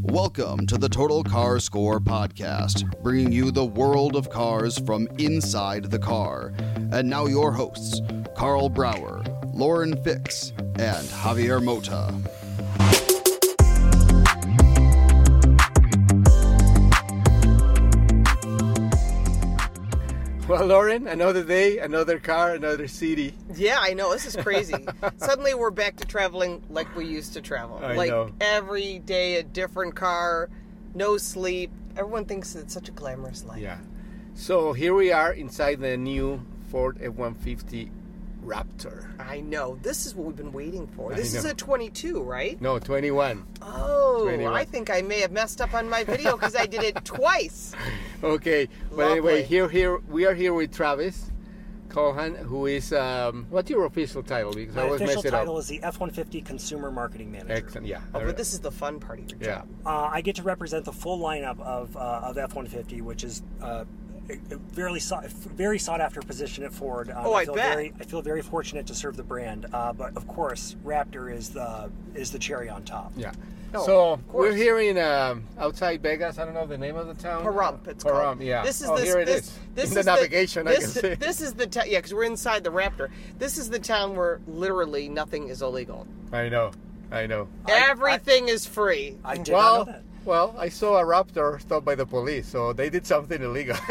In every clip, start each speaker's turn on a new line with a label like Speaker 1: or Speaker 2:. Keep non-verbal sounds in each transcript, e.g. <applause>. Speaker 1: Welcome to the Total Car Score podcast, bringing you the world of cars from inside the car. And now your hosts, Carl Brower, Lauren Fix, and Javier Mota.
Speaker 2: Well, Lauren, another day, another car, another city.
Speaker 3: Yeah, I know. This is crazy. <laughs> Suddenly we're back to traveling like we used to travel.
Speaker 2: I
Speaker 3: like
Speaker 2: know.
Speaker 3: every day a different car, no sleep. Everyone thinks it's such a glamorous life.
Speaker 2: Yeah. So here we are inside the new Ford F-150 Raptor.
Speaker 3: I know. This is what we've been waiting for.
Speaker 2: I
Speaker 3: This is
Speaker 2: know.
Speaker 3: a 22, right?
Speaker 2: No, 21.
Speaker 3: Oh,
Speaker 2: 21.
Speaker 3: I think I may have messed up on my video because I
Speaker 2: <laughs>
Speaker 3: did it twice.
Speaker 2: Okay. But anyway,
Speaker 3: Lovely.
Speaker 2: here, here we are here with Travis Cohan, who is um, what's your official title? Because I
Speaker 4: My
Speaker 2: always
Speaker 4: official
Speaker 2: mess it
Speaker 4: title
Speaker 2: up.
Speaker 4: is the F-150 Consumer Marketing Manager.
Speaker 2: Excellent. Yeah.
Speaker 3: Oh, but this is the fun part of your
Speaker 2: yeah.
Speaker 3: job.
Speaker 4: Uh, I get to represent the full lineup of, uh, of F-150, which is uh, a a very sought, very sought after position at Ford. Um,
Speaker 3: Oh, I
Speaker 4: feel
Speaker 3: bet.
Speaker 4: Very, I feel very fortunate to serve the brand, uh, but of course, Raptor is the is the cherry on top.
Speaker 2: Yeah.
Speaker 3: No,
Speaker 2: so
Speaker 3: of
Speaker 2: we're
Speaker 3: course.
Speaker 2: here in um, outside Vegas. I don't know the name of the town.
Speaker 3: Harump, it's
Speaker 2: Pahrump,
Speaker 3: called.
Speaker 2: Yeah.
Speaker 3: This is
Speaker 2: oh,
Speaker 3: this,
Speaker 2: here it
Speaker 3: this,
Speaker 2: is.
Speaker 3: This
Speaker 2: in
Speaker 3: is
Speaker 2: the navigation, I
Speaker 3: This,
Speaker 2: can see.
Speaker 3: this is the town. yeah, because we're inside the Raptor. This is the town where literally nothing is illegal.
Speaker 2: I know. I know.
Speaker 3: Everything is free.
Speaker 4: I did
Speaker 2: well,
Speaker 4: not know that.
Speaker 2: well, I saw a raptor stopped by the police, so they did something illegal. <laughs>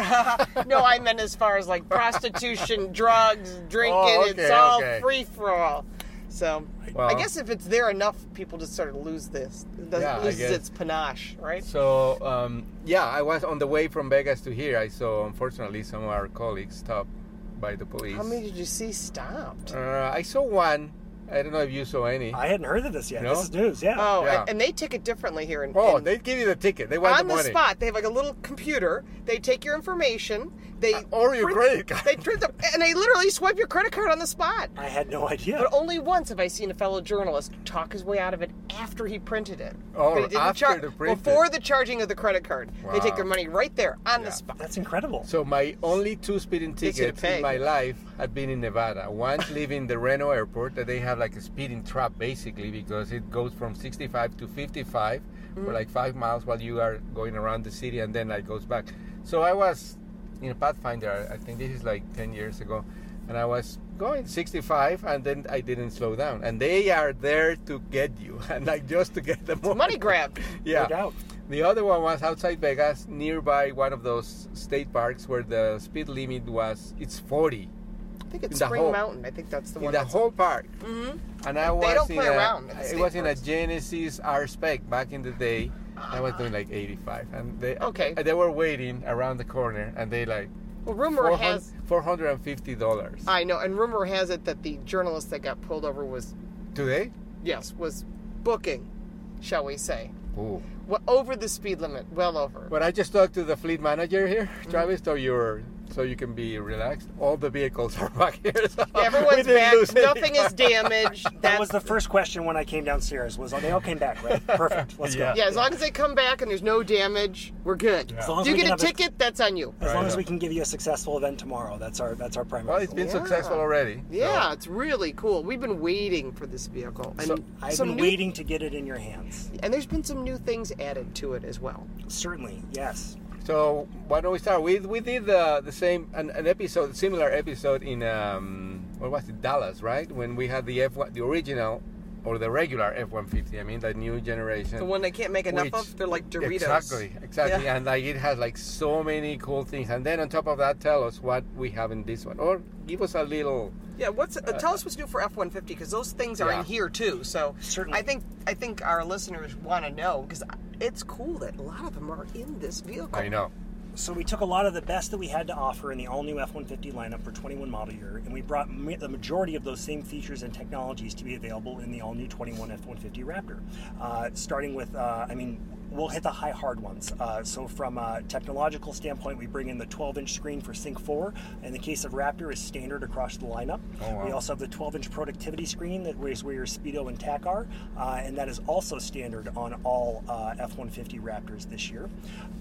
Speaker 3: No, I meant as far as like prostitution, drugs, drinking.
Speaker 2: Oh,
Speaker 3: it's
Speaker 2: okay,
Speaker 3: all
Speaker 2: okay.
Speaker 3: free for all. So
Speaker 2: Well-
Speaker 3: I guess if it's there enough, people just sort of lose this. It does-
Speaker 2: Yeah, I
Speaker 3: loses
Speaker 2: guess.
Speaker 3: its panache, right?
Speaker 2: so, um, yeah, I was on the way from Vegas to here. I saw, unfortunately, some of our colleagues stopped by the police.
Speaker 3: How many did you see stopped?
Speaker 2: Uh, I saw one. I don't know if you saw any.
Speaker 4: I hadn't heard of this yet.
Speaker 2: No?
Speaker 4: This is news. Yeah.
Speaker 3: oh,
Speaker 2: yeah.
Speaker 3: and they tick it differently here in.
Speaker 2: oh,
Speaker 3: in-
Speaker 2: they give you the ticket. They want
Speaker 3: on
Speaker 2: the
Speaker 3: the,
Speaker 2: money.
Speaker 3: spot, they have like a little computer. They take your information. They
Speaker 2: or Oh, your credit
Speaker 3: print-
Speaker 2: card.
Speaker 3: <laughs> They print the, and they literally swipe your credit card on the spot.
Speaker 4: I had no idea.
Speaker 3: But only once have I seen a fellow journalist talk his way out of it after he printed it.
Speaker 2: Oh,
Speaker 3: They didn't
Speaker 2: after
Speaker 3: char-
Speaker 2: the print
Speaker 3: before
Speaker 2: it.
Speaker 3: the charging of the credit card. They
Speaker 2: Wow.
Speaker 3: take their money right there on
Speaker 2: Yeah.
Speaker 3: the spot.
Speaker 4: That's incredible.
Speaker 2: So my only two speeding
Speaker 3: They should have
Speaker 2: tickets in
Speaker 3: paid.
Speaker 2: my life had been in Nevada. One <laughs> leaving the Reno airport that they have like a speeding trap basically because it goes from 65 to 55 for like five miles while you are going around the city and then like goes back. So I was in a Pathfinder. I think this is like 10 years ago, and I was going 65 and then I didn't slow down. And they are there to get you <laughs> and like just to get the <laughs> money.
Speaker 3: Money grab.
Speaker 2: Yeah.
Speaker 4: doubt.
Speaker 2: The other one was outside Vegas, nearby one of those state parks where the speed limit was it's 40
Speaker 3: I think it's
Speaker 2: In the
Speaker 3: Spring
Speaker 2: whole-
Speaker 3: Mountain. I think that's the
Speaker 2: in
Speaker 3: one.
Speaker 2: the
Speaker 3: that's-
Speaker 2: whole park. And I was
Speaker 3: Mm-hmm. don't
Speaker 2: in
Speaker 3: play
Speaker 2: a,
Speaker 3: around at the
Speaker 2: I
Speaker 3: state
Speaker 2: was in a
Speaker 3: parks.
Speaker 2: Genesis R Spec back in the day. I was doing like 85, and they
Speaker 3: Okay.
Speaker 2: they were waiting around the corner, and they like
Speaker 3: well, rumor
Speaker 2: 400
Speaker 3: has. Uh.
Speaker 2: 450 dollars
Speaker 3: I know, and rumor has it that the journalist that got pulled over was,
Speaker 2: today.
Speaker 3: yes, was booking, shall we say,
Speaker 2: Ooh.
Speaker 3: well, over the speed limit, well over.
Speaker 2: But I just talked to the fleet manager here,
Speaker 3: Mm-hmm.
Speaker 2: Travis, so you're so you can be relaxed. All the vehicles <laughs> are back here. so <laughs> we
Speaker 3: Everyone's
Speaker 2: didn't
Speaker 3: back.
Speaker 2: lose any <laughs>
Speaker 3: Nothing is damaged.
Speaker 4: that was
Speaker 3: That's
Speaker 4: the first question when I came downstairs. Was oh, they all came back
Speaker 2: <laughs>
Speaker 4: right? Perfect. Let's
Speaker 2: Yeah.
Speaker 4: go.
Speaker 3: Yeah, as long as they come back and there's no damage, we're good.
Speaker 4: As long as
Speaker 3: you
Speaker 4: we
Speaker 3: get
Speaker 4: can
Speaker 3: a
Speaker 4: have a-
Speaker 3: ticket, that's on you.
Speaker 4: As long as we can give you a successful event tomorrow, that's our that's our primary.
Speaker 2: Well, it's
Speaker 4: goal.
Speaker 2: been successful already.
Speaker 3: Yeah, it's really cool. We've been waiting for this vehicle, and
Speaker 4: I've
Speaker 3: some
Speaker 4: been
Speaker 3: new,
Speaker 4: waiting to get it in your hands.
Speaker 3: And there's been some new things added to it as well.
Speaker 4: Certainly, yes.
Speaker 2: So why don't we start? We we did the the same an, an episode, similar episode in um, what was it, Dallas, right? When we had the F1, the original or the regular F-150. I mean, the new generation.
Speaker 3: The one they can't make enough
Speaker 2: which-
Speaker 3: of, they're like Doritos.
Speaker 2: Exactly, exactly.
Speaker 3: Yeah.
Speaker 2: And like it has like so many cool things. And then on top of that, tell us what we have in this one, or give us a little.
Speaker 3: Yeah, what's uh, tell us what's new for F one fifty because those things are
Speaker 2: Yeah.
Speaker 3: in here too. So
Speaker 4: Certainly.
Speaker 3: I think I think our listeners want to know because it's cool that a lot of them are in this vehicle.
Speaker 2: I know.
Speaker 4: So we took a lot of the best that we had to offer in the all-new F-150 lineup for 21 model year, and we brought ma- the majority of those same features and technologies to be available in the all-new 21 F-150 Raptor. Uh, starting with, uh, I mean, we'll hit the high hard ones. Uh, so from a technological standpoint, we bring in the 12-inch screen for Sync 4. In the case of Raptor, is standard across the lineup. We also have the 12-inch productivity screen that is where your Speedo and TAC are, uh, and that is also standard on all uh, F-150 Raptors this year.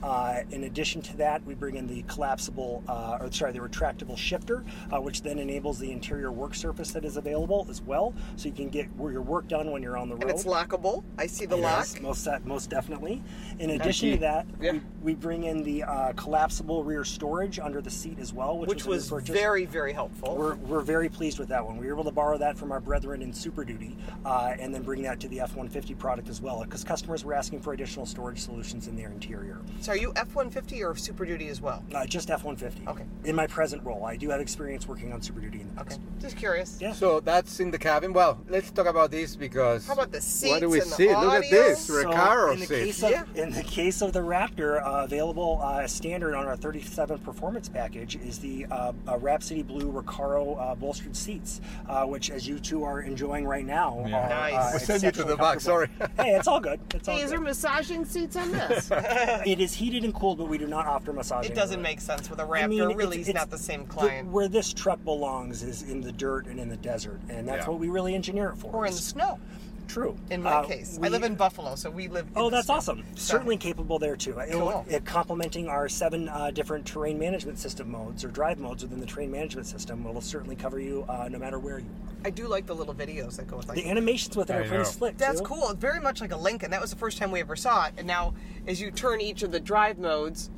Speaker 4: Uh, in addition to that, we bring in the collapsible, uh, or sorry, the retractable shifter, uh, which then enables the interior work surface that is available as well, so you can get where your work done when you're on the road.
Speaker 3: and it's lockable. I see the
Speaker 4: Yes,
Speaker 3: lock.
Speaker 4: most de- most definitely. In addition to that, we, we bring in the uh, collapsible rear storage under the seat as well, which,
Speaker 3: Which was
Speaker 4: a new purchase.
Speaker 3: very, very helpful.
Speaker 4: We're, we're very pleased with that one. We were able to borrow that from our brethren in Super Duty uh, and then bring that to the F 150 product as well because customers were asking for additional storage solutions in their interior.
Speaker 3: so are you F one fifty or Super Duty as well?
Speaker 4: Uh, just F 150.
Speaker 3: Okay.
Speaker 4: In my present role, I do have experience working on Super Duty in the past.
Speaker 3: Okay, just curious.
Speaker 4: Yeah.
Speaker 2: So that's in the cabin. Well, let's talk about this because
Speaker 3: How about the seats
Speaker 2: What do we
Speaker 3: and the
Speaker 2: see? Look at
Speaker 3: audio?
Speaker 2: this
Speaker 4: So,
Speaker 2: Recaro
Speaker 4: in the
Speaker 2: seat.
Speaker 4: case of,
Speaker 3: Yeah.
Speaker 4: in the case of the Raptor, uh, available uh, standard on our 37 performance package is the uh, uh, Rhapsody Blue Recaro uh, bolstered seats, uh, which, as you two are enjoying right now, are,
Speaker 3: Nice.
Speaker 4: uh,
Speaker 3: We'll
Speaker 2: send you to the
Speaker 4: exceptionally
Speaker 2: box, sorry.
Speaker 4: comfortable. hey, it's all good. It's all
Speaker 5: Hey, is there
Speaker 4: good.
Speaker 5: massaging seats on
Speaker 2: <laughs>
Speaker 5: this?
Speaker 4: <laughs> It is heated and cooled, but we do not offer massaging.
Speaker 3: It doesn't
Speaker 4: over
Speaker 3: make sense with a
Speaker 4: I
Speaker 3: Raptor.
Speaker 4: mean,
Speaker 3: really,
Speaker 4: it's-
Speaker 3: he's
Speaker 4: it's-
Speaker 3: not the same client.
Speaker 4: where this truck belongs is in the dirt and in the desert, and that's
Speaker 2: Yeah.
Speaker 4: what we really engineer it for.
Speaker 3: or in the
Speaker 4: It's
Speaker 3: snow.
Speaker 4: true.
Speaker 3: In my
Speaker 4: Uh,
Speaker 3: case, I
Speaker 4: we-
Speaker 3: live in Buffalo, so we live. in
Speaker 4: Oh,
Speaker 3: the
Speaker 4: that's
Speaker 3: snow.
Speaker 4: awesome.
Speaker 3: So-
Speaker 4: Certainly capable there too. It will-
Speaker 3: Cool.
Speaker 4: It, complementing our seven uh, different terrain management system modes or drive modes within the terrain management system, it'll certainly cover you uh, no matter where you are.
Speaker 3: I do like the little videos that go with like
Speaker 4: The animations with it
Speaker 2: I
Speaker 4: are
Speaker 2: know.
Speaker 4: pretty slick.
Speaker 3: That's
Speaker 4: too.
Speaker 3: cool. It's very much like a Lincoln. That was the first time we ever saw it. And now, as you turn each of the drive modes,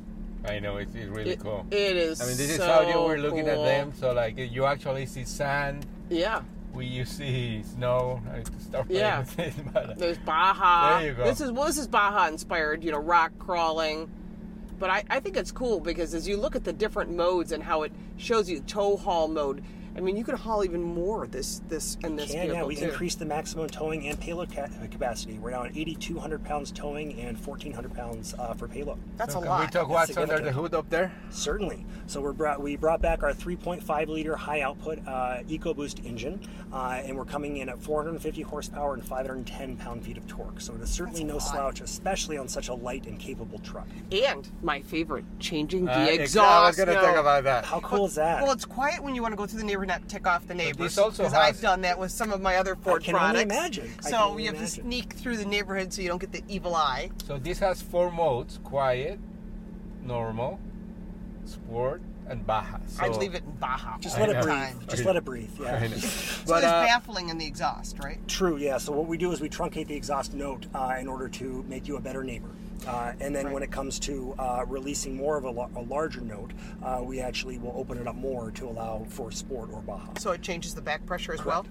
Speaker 2: I know it's, it's really
Speaker 5: It-
Speaker 2: cool.
Speaker 5: it is
Speaker 2: I mean, this is
Speaker 5: so
Speaker 2: how you were looking at
Speaker 5: cool.
Speaker 2: them. So like you actually see sand,
Speaker 5: yeah,
Speaker 2: we you see snow. I start playing <laughs>
Speaker 5: Yeah.
Speaker 2: with it, but- uh,
Speaker 5: there's Baja.
Speaker 2: There you go.
Speaker 5: This is well, this is Baja inspired. You know, rock crawling. But I, I think it's cool because as you look at the different modes and how it shows you tow haul mode, I mean, you can haul even more this this and this
Speaker 4: Yeah,
Speaker 5: vehicle
Speaker 4: yeah, we
Speaker 5: too.
Speaker 4: increased the maximum towing and payload ca- capacity. We're now at 8,200 pounds towing and 1,400 pounds uh, for payload.
Speaker 3: that's a
Speaker 2: Can we
Speaker 3: lot.
Speaker 2: talk what's under the
Speaker 4: significant.
Speaker 2: hood up there?
Speaker 4: Certainly. So we brought we brought back our 3.5 liter high output uh, EcoBoost engine, uh, and we're coming in at 450 horsepower and 510 pound feet of torque. So it is certainly no slouch, especially on such a light and capable truck.
Speaker 5: and my favorite, changing the
Speaker 2: Uh, ex-
Speaker 5: exhaust.
Speaker 2: I was gonna
Speaker 5: no.
Speaker 2: talk about that.
Speaker 4: How cool is that?
Speaker 3: Well, it's quiet when you want to go through the neighbor, not tick off the neighbors.
Speaker 2: also
Speaker 3: Because
Speaker 2: has-
Speaker 3: I've done that with some of my other Ford
Speaker 4: can
Speaker 3: products.
Speaker 4: only imagine. I
Speaker 3: So
Speaker 4: can only
Speaker 3: you have
Speaker 4: imagine.
Speaker 3: to sneak through the neighborhood so you don't get the evil eye.
Speaker 2: So this has four modes: quiet, normal, sport, and baja. So,
Speaker 3: I'd leave it in Baja.
Speaker 4: just
Speaker 3: all
Speaker 4: let
Speaker 3: the
Speaker 4: it breathe.
Speaker 3: time.
Speaker 4: Just let it breathe. Yeah.
Speaker 3: So
Speaker 2: But,
Speaker 3: there's
Speaker 2: uh,
Speaker 3: baffling in the exhaust, right?
Speaker 4: True. Yeah. So what we do is we truncate the exhaust note uh, in order to make you a better neighbor. Uh, and then when it comes to uh, releasing more of a, la- a larger note, uh, we actually will open it up more to allow for sport or Baja.
Speaker 3: So it changes the back pressure as well.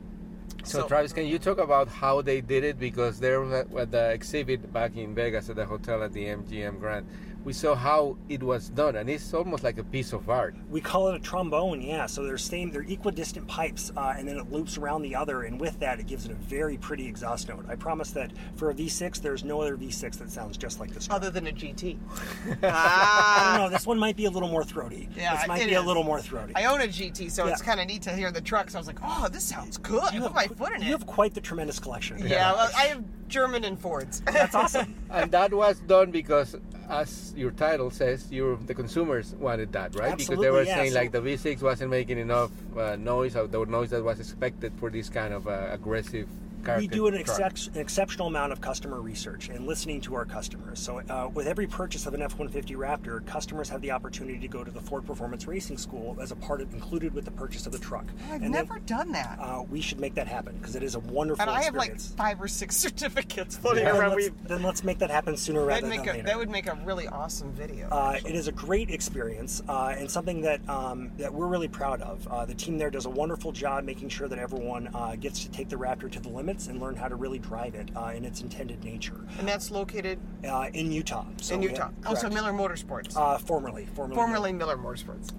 Speaker 2: So, Travis, can you talk about how they did it? Because there was at- at the exhibit back in Vegas at the hotel at the MGM Grand, we saw how it was done, and it's almost like a piece of art.
Speaker 4: we call it a trombone yeah so they're same they're equidistant pipes uh, and then it loops around the other and with that it gives it a very pretty exhaust note i promise that for a v6 there's no other v6 that sounds just like this <laughs> truck.
Speaker 3: other than a GT.
Speaker 2: <laughs>
Speaker 4: i
Speaker 3: ah,
Speaker 4: don't know this one might be a little more throaty
Speaker 3: Yeah,
Speaker 4: this might
Speaker 3: it
Speaker 4: be a
Speaker 3: is.
Speaker 4: little more throaty
Speaker 3: I own a GT, so it's
Speaker 4: Yeah.
Speaker 3: kind of neat to hear the trucks. I was like, oh, this sounds good. I put my foot in
Speaker 4: you
Speaker 3: it.
Speaker 4: have quite the tremendous collection
Speaker 3: yeah, well, I have German and Fords.
Speaker 4: that's awesome
Speaker 2: And that was done because, as your title says, you the consumers wanted that, right? because
Speaker 4: Absolutely,
Speaker 2: they were
Speaker 4: yeah,
Speaker 2: saying
Speaker 4: so-
Speaker 2: like the V6 wasn't making enough uh, noise, or the noise that was expected for this kind of uh, aggressive
Speaker 4: we
Speaker 2: character
Speaker 4: do an,
Speaker 2: truck.
Speaker 4: excep- an exceptional amount of customer research and listening to our customers. So, uh, with every purchase of an F 150 Raptor, customers have the opportunity to go to the Ford Performance Racing School as a part of included with the purchase of the truck.
Speaker 3: <laughs> I've
Speaker 4: And then,
Speaker 3: never done that.
Speaker 4: uh, we should make that happen because it is a wonderful
Speaker 3: and I have like
Speaker 4: experience.
Speaker 3: <laughs> five or six certificates floating
Speaker 4: then,
Speaker 3: around.
Speaker 4: let's,
Speaker 3: We-
Speaker 4: then let's make that happen sooner rather
Speaker 3: that'd make
Speaker 4: than
Speaker 3: a,
Speaker 4: later.
Speaker 3: that would make a really awesome video.
Speaker 4: Uh, it is a great experience uh, and something that um, that we're really proud of. Uh, the team there does a wonderful job making sure that everyone uh, gets to take the Raptor to the limits and learn how to really drive it uh, in its intended nature
Speaker 3: and that's located
Speaker 4: uh, in Utah. So,
Speaker 3: in
Speaker 4: yeah,
Speaker 3: Utah. oh, so
Speaker 4: correct.
Speaker 3: Miller Motorsports.
Speaker 4: Uh, formerly, formerly,
Speaker 3: Formerly Miller Motorsports.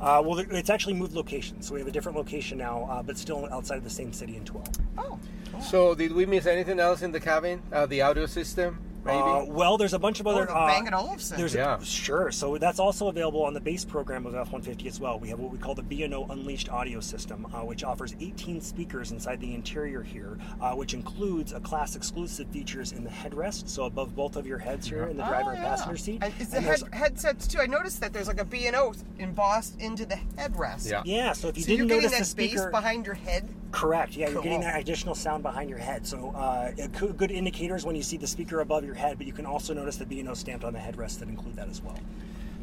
Speaker 4: Uh, well, it's actually moved location, so we have a different location now, uh, but still outside of the same city in Tooele.
Speaker 3: <laughs> oh.
Speaker 2: So did we miss anything else in the cabin? Uh, the audio system, maybe.
Speaker 4: Uh, well, there's a bunch of
Speaker 3: Oh,
Speaker 4: other
Speaker 3: the
Speaker 4: uh,
Speaker 3: Bang & Olufsen.
Speaker 4: There's
Speaker 2: Yeah.
Speaker 4: sure. So that's also available on the base program of F-150 as well. We have what we call the B&O Unleashed audio system, uh, which offers 18 speakers inside the interior here, uh, which includes a class exclusive features in the headrest, so above both of your heads here in the driver
Speaker 3: Oh,
Speaker 4: and
Speaker 3: yeah.
Speaker 4: passenger seat.
Speaker 3: And it's the
Speaker 4: And there's-
Speaker 3: head, headsets too. I noticed that there's like a B and O embossed into the headrest.
Speaker 2: Yeah.
Speaker 4: yeah, so if you
Speaker 3: So you're
Speaker 4: didn't
Speaker 3: getting
Speaker 4: notice
Speaker 3: that
Speaker 4: the
Speaker 3: space
Speaker 4: speaker
Speaker 3: behind your head.
Speaker 4: Correct. Yeah, you're getting
Speaker 3: Cool.
Speaker 4: that additional sound behind your head. So uh, a coo- good indicators when you see the speaker above your head, but you can also notice the B&O stamped on the headrest that include that as well.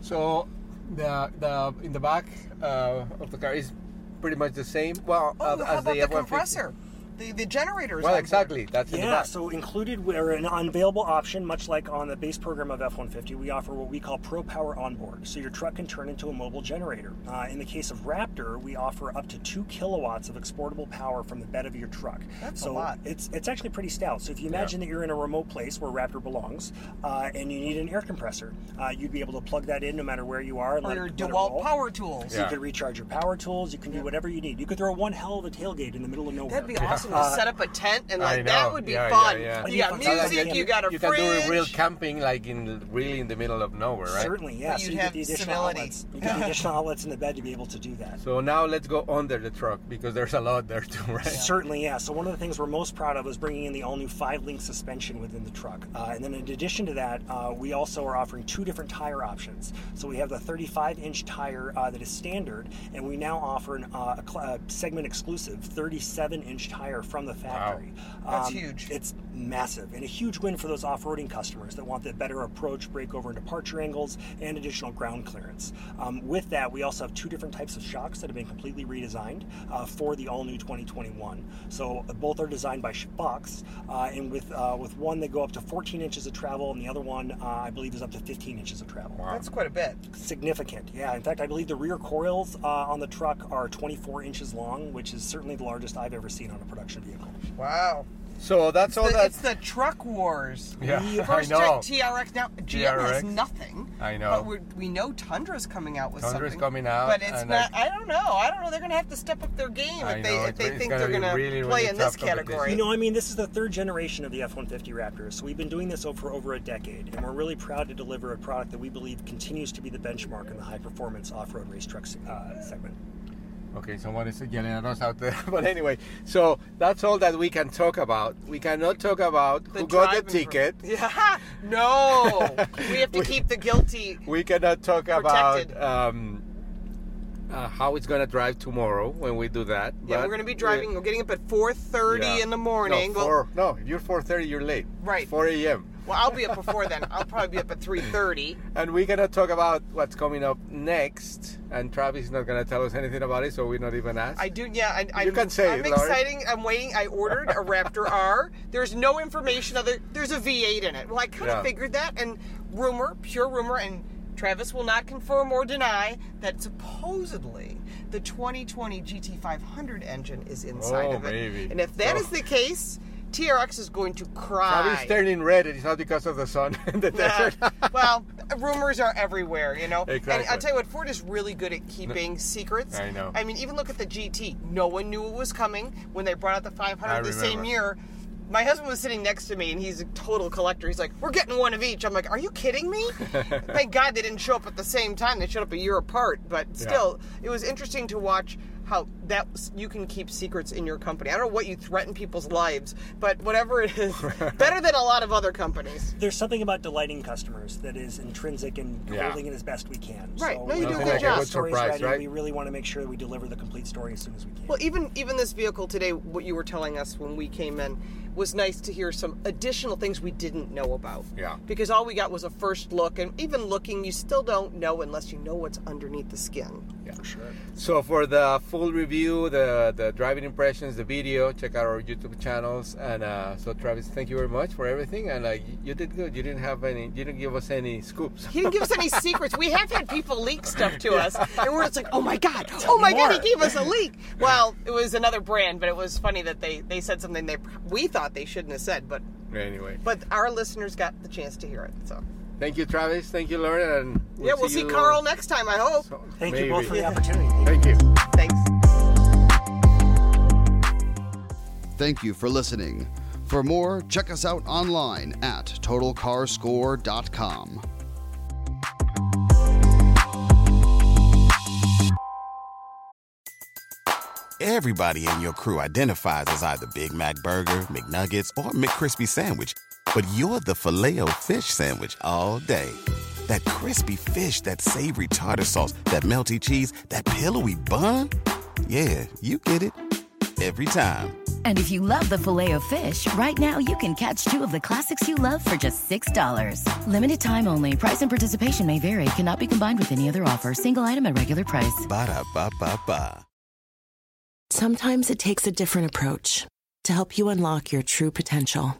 Speaker 2: So the the in the back uh, of the car is pretty much the same. Well,
Speaker 3: Oh,
Speaker 2: uh,
Speaker 3: how
Speaker 2: as
Speaker 3: about the,
Speaker 2: the F-150.
Speaker 3: compressor? The the generators.
Speaker 2: Well, exactly. That's in the
Speaker 4: Yeah,
Speaker 2: back.
Speaker 4: so included or an unavailable option, much like on the base program of F-150, we offer what we call Pro Power Onboard. So your truck can turn into a mobile generator. Uh, in the case of Raptor, we offer up to two kilowatts of exportable power from the bed of your truck.
Speaker 3: That's a
Speaker 4: so
Speaker 3: lot.
Speaker 4: It's it's actually pretty stout. So if you imagine that you're in a remote place where Raptor belongs, uh, and you need an air compressor, uh, you'd be able to plug that in no matter where you are. And
Speaker 3: Or
Speaker 4: let
Speaker 3: your
Speaker 4: it, let it
Speaker 3: DeWalt
Speaker 4: roll.
Speaker 3: power tools.
Speaker 4: So You could recharge your power tools. You can do whatever you need. You could throw one hell of a tailgate in the middle of nowhere.
Speaker 3: That'd be awesome to set up a tent and
Speaker 2: I
Speaker 3: like that
Speaker 2: know.
Speaker 3: would be
Speaker 2: Yeah,
Speaker 3: fun.
Speaker 2: yeah, yeah.
Speaker 3: You got
Speaker 4: That'd be fun.
Speaker 3: music, you got a
Speaker 2: you can
Speaker 3: fridge.
Speaker 2: do it real camping, like in really in the middle of nowhere, right?
Speaker 4: Certainly, yeah.
Speaker 3: But
Speaker 4: So
Speaker 3: you'd
Speaker 4: you get
Speaker 3: have
Speaker 4: the additional
Speaker 3: stability.
Speaker 4: outlets. You get the additional outlets in the bed to be able to do that.
Speaker 2: So now let's go under the truck because there's a lot there too, <laughs> right?
Speaker 4: Certainly, yeah. So one of the things we're most proud of is bringing in the all-new five-link suspension within the truck. Uh, and then in addition to that, uh, we also are offering two different tire options. So we have the 35-inch tire uh, that is standard, and we now offer an, uh, a, cl- a segment-exclusive 37-inch tire from the factory. Um,
Speaker 3: That's huge.
Speaker 4: It's massive and a huge win for those off-roading customers that want the better approach, breakover and departure angles, and additional ground clearance. Um, with that, we also have two different types of shocks that have been completely redesigned uh, for the all-new 2021. So uh, both are designed by Fox, uh, and with uh, with one they go up to 14 inches of travel, and the other one uh, I believe is up to 15 inches of travel.
Speaker 3: That's quite a bit.
Speaker 4: Significant, yeah. In fact, I believe the rear coils uh, on the truck are 24 inches long, which is certainly the largest I've ever seen on a production vehicle.
Speaker 3: Wow.
Speaker 2: So Oh, that's all
Speaker 3: The-
Speaker 2: that.
Speaker 3: it's the truck wars.
Speaker 2: Yeah, <laughs>
Speaker 3: The
Speaker 2: I
Speaker 3: first
Speaker 2: know.
Speaker 3: gen- TRX now. GM
Speaker 2: TRX.
Speaker 3: has nothing.
Speaker 2: I know.
Speaker 3: But we we know Tundra's coming out with
Speaker 2: Tundra's
Speaker 3: something.
Speaker 2: coming out,
Speaker 3: But it's
Speaker 2: and
Speaker 3: not. I, don't know. I don't know. They're going to have to step up their game
Speaker 2: I
Speaker 3: if they
Speaker 2: know,
Speaker 3: if
Speaker 2: it's-
Speaker 3: they
Speaker 2: it's
Speaker 3: think
Speaker 2: gonna
Speaker 3: they're
Speaker 2: be
Speaker 3: going to
Speaker 2: really,
Speaker 3: play
Speaker 2: really
Speaker 3: in this
Speaker 2: tough competition.
Speaker 3: category.
Speaker 4: You know, I mean, this is the third generation of the F-150 Raptor, so we've been doing this over, for over a decade, and we're really proud to deliver a product that we believe continues to be the benchmark in the high-performance off-road race truck se- uh, segment.
Speaker 2: Okay, someone is yelling at us out there. <laughs> But anyway, so that's all that we can talk about. We cannot talk about
Speaker 3: The
Speaker 2: who got the
Speaker 3: driving for-
Speaker 2: ticket.
Speaker 3: Yeah. <laughs>
Speaker 2: <laughs>
Speaker 3: No. we have to keep the guilty.
Speaker 2: We cannot talk
Speaker 3: Protected.
Speaker 2: about um, uh, how it's gonna drive tomorrow when we do that.
Speaker 3: Yeah, we're
Speaker 2: but
Speaker 3: going to be driving. We're getting up at 4:30
Speaker 2: yeah.
Speaker 3: in the morning.
Speaker 2: No,
Speaker 3: Well-
Speaker 2: four, no if you're four thirty, you're late.
Speaker 3: Right.
Speaker 2: Four a.m.
Speaker 3: well, I'll be up before then. I'll probably be up at 3:30.
Speaker 2: And we're gonna talk about what's coming up next. And Travis is not gonna tell us anything about it, so we're not even asked.
Speaker 3: I do. Yeah, I, I'm,
Speaker 2: You can say
Speaker 3: I'm
Speaker 2: it, Laurie.
Speaker 3: exciting. I'm waiting. I ordered a
Speaker 2: <laughs>
Speaker 3: Raptor R. There's no information other. There's a V8 in it. Well, I kind of
Speaker 2: Yeah.
Speaker 3: figured that. And rumor, pure rumor, and Travis will not confirm or deny that supposedly the 2020 GT500 engine is inside
Speaker 2: Oh,
Speaker 3: of it.
Speaker 2: maybe.
Speaker 3: And if that
Speaker 2: So-
Speaker 3: is the case, TRX is going to
Speaker 2: Travis
Speaker 3: cry.
Speaker 2: turning red. and It's not because of the sun <laughs> in the
Speaker 3: Yeah.
Speaker 2: desert. <laughs>
Speaker 3: well, rumors are everywhere, you know. And I'll
Speaker 2: Exactly.
Speaker 3: tell you what, Ford is really good at keeping secrets.
Speaker 2: I know.
Speaker 3: I mean, even look at the GT. No one knew it was coming when they brought out the 500
Speaker 2: I
Speaker 3: the same
Speaker 2: remember.
Speaker 3: year. My husband was sitting next to me, and he's a total collector. He's like, "We're getting one of each." I'm like, "Are you
Speaker 2: <laughs>
Speaker 3: kidding me?" Thank God they didn't show up at the same time. They showed up a year apart, but still, it was interesting to watch how that you can keep secrets in your company. I don't know what you threaten people's lives, but whatever
Speaker 2: <laughs>
Speaker 3: it is, better than a lot of other companies.
Speaker 4: There's something about delighting customers that is intrinsic and
Speaker 2: Yeah.
Speaker 4: holding it as best we can.
Speaker 3: Right.
Speaker 4: So
Speaker 3: No, you
Speaker 4: when
Speaker 3: do a
Speaker 4: we
Speaker 3: good
Speaker 4: have
Speaker 3: job.
Speaker 4: the stories
Speaker 2: Surprise,
Speaker 4: ready,
Speaker 2: right?
Speaker 4: We really want to make sure that we deliver the complete story as soon as we can.
Speaker 3: Well, even even this vehicle today, what you were telling us when we came in, was nice to hear some additional things we didn't know about.
Speaker 2: Yeah.
Speaker 3: Because all we got was a first look, and even looking, you still don't know unless you know what's underneath the skin.
Speaker 2: So for the full review, the the driving impressions, the video, check out our YouTube channels. And uh, so Travis, thank you very much for everything. And like you did good. You didn't have any. You didn't give us any scoops. <laughs>
Speaker 3: He didn't give us any secrets. We have had people leak stuff to us, and we're just like, oh my god, oh my god, he gave
Speaker 2: <laughs>
Speaker 3: us a leak. Well, it was another brand, but it was funny that they they said something they we thought they shouldn't have said, but
Speaker 2: Anyway,
Speaker 3: but our listeners got the chance to hear it. So
Speaker 2: thank you, Travis. Thank you, Lauren. And
Speaker 3: yeah, we'll see
Speaker 2: you-
Speaker 3: Carl next time. I hope.
Speaker 2: So-
Speaker 4: Thank you both
Speaker 2: maybe.
Speaker 4: for the opportunity.
Speaker 2: Thank you.
Speaker 3: Thanks.
Speaker 1: Thank you for listening. For more, check us out online at totalcarscore.com.
Speaker 6: Everybody in your crew identifies as either Big Mac Burger, McNuggets, or McCrispy Sandwich. But you're the filet fish Sandwich all day. That crispy fish, that savory tartar sauce, that melty cheese, that pillowy bun. Yeah, you get it. Every time.
Speaker 7: And if you love the filet of fish, right now you can catch two of the classics you love for just $6. Limited time only. Price and participation may vary. Cannot be combined with any other offer. Single item at regular price.
Speaker 6: Ba-da-ba-ba-ba.
Speaker 8: Sometimes it takes a different approach to help you unlock your true potential.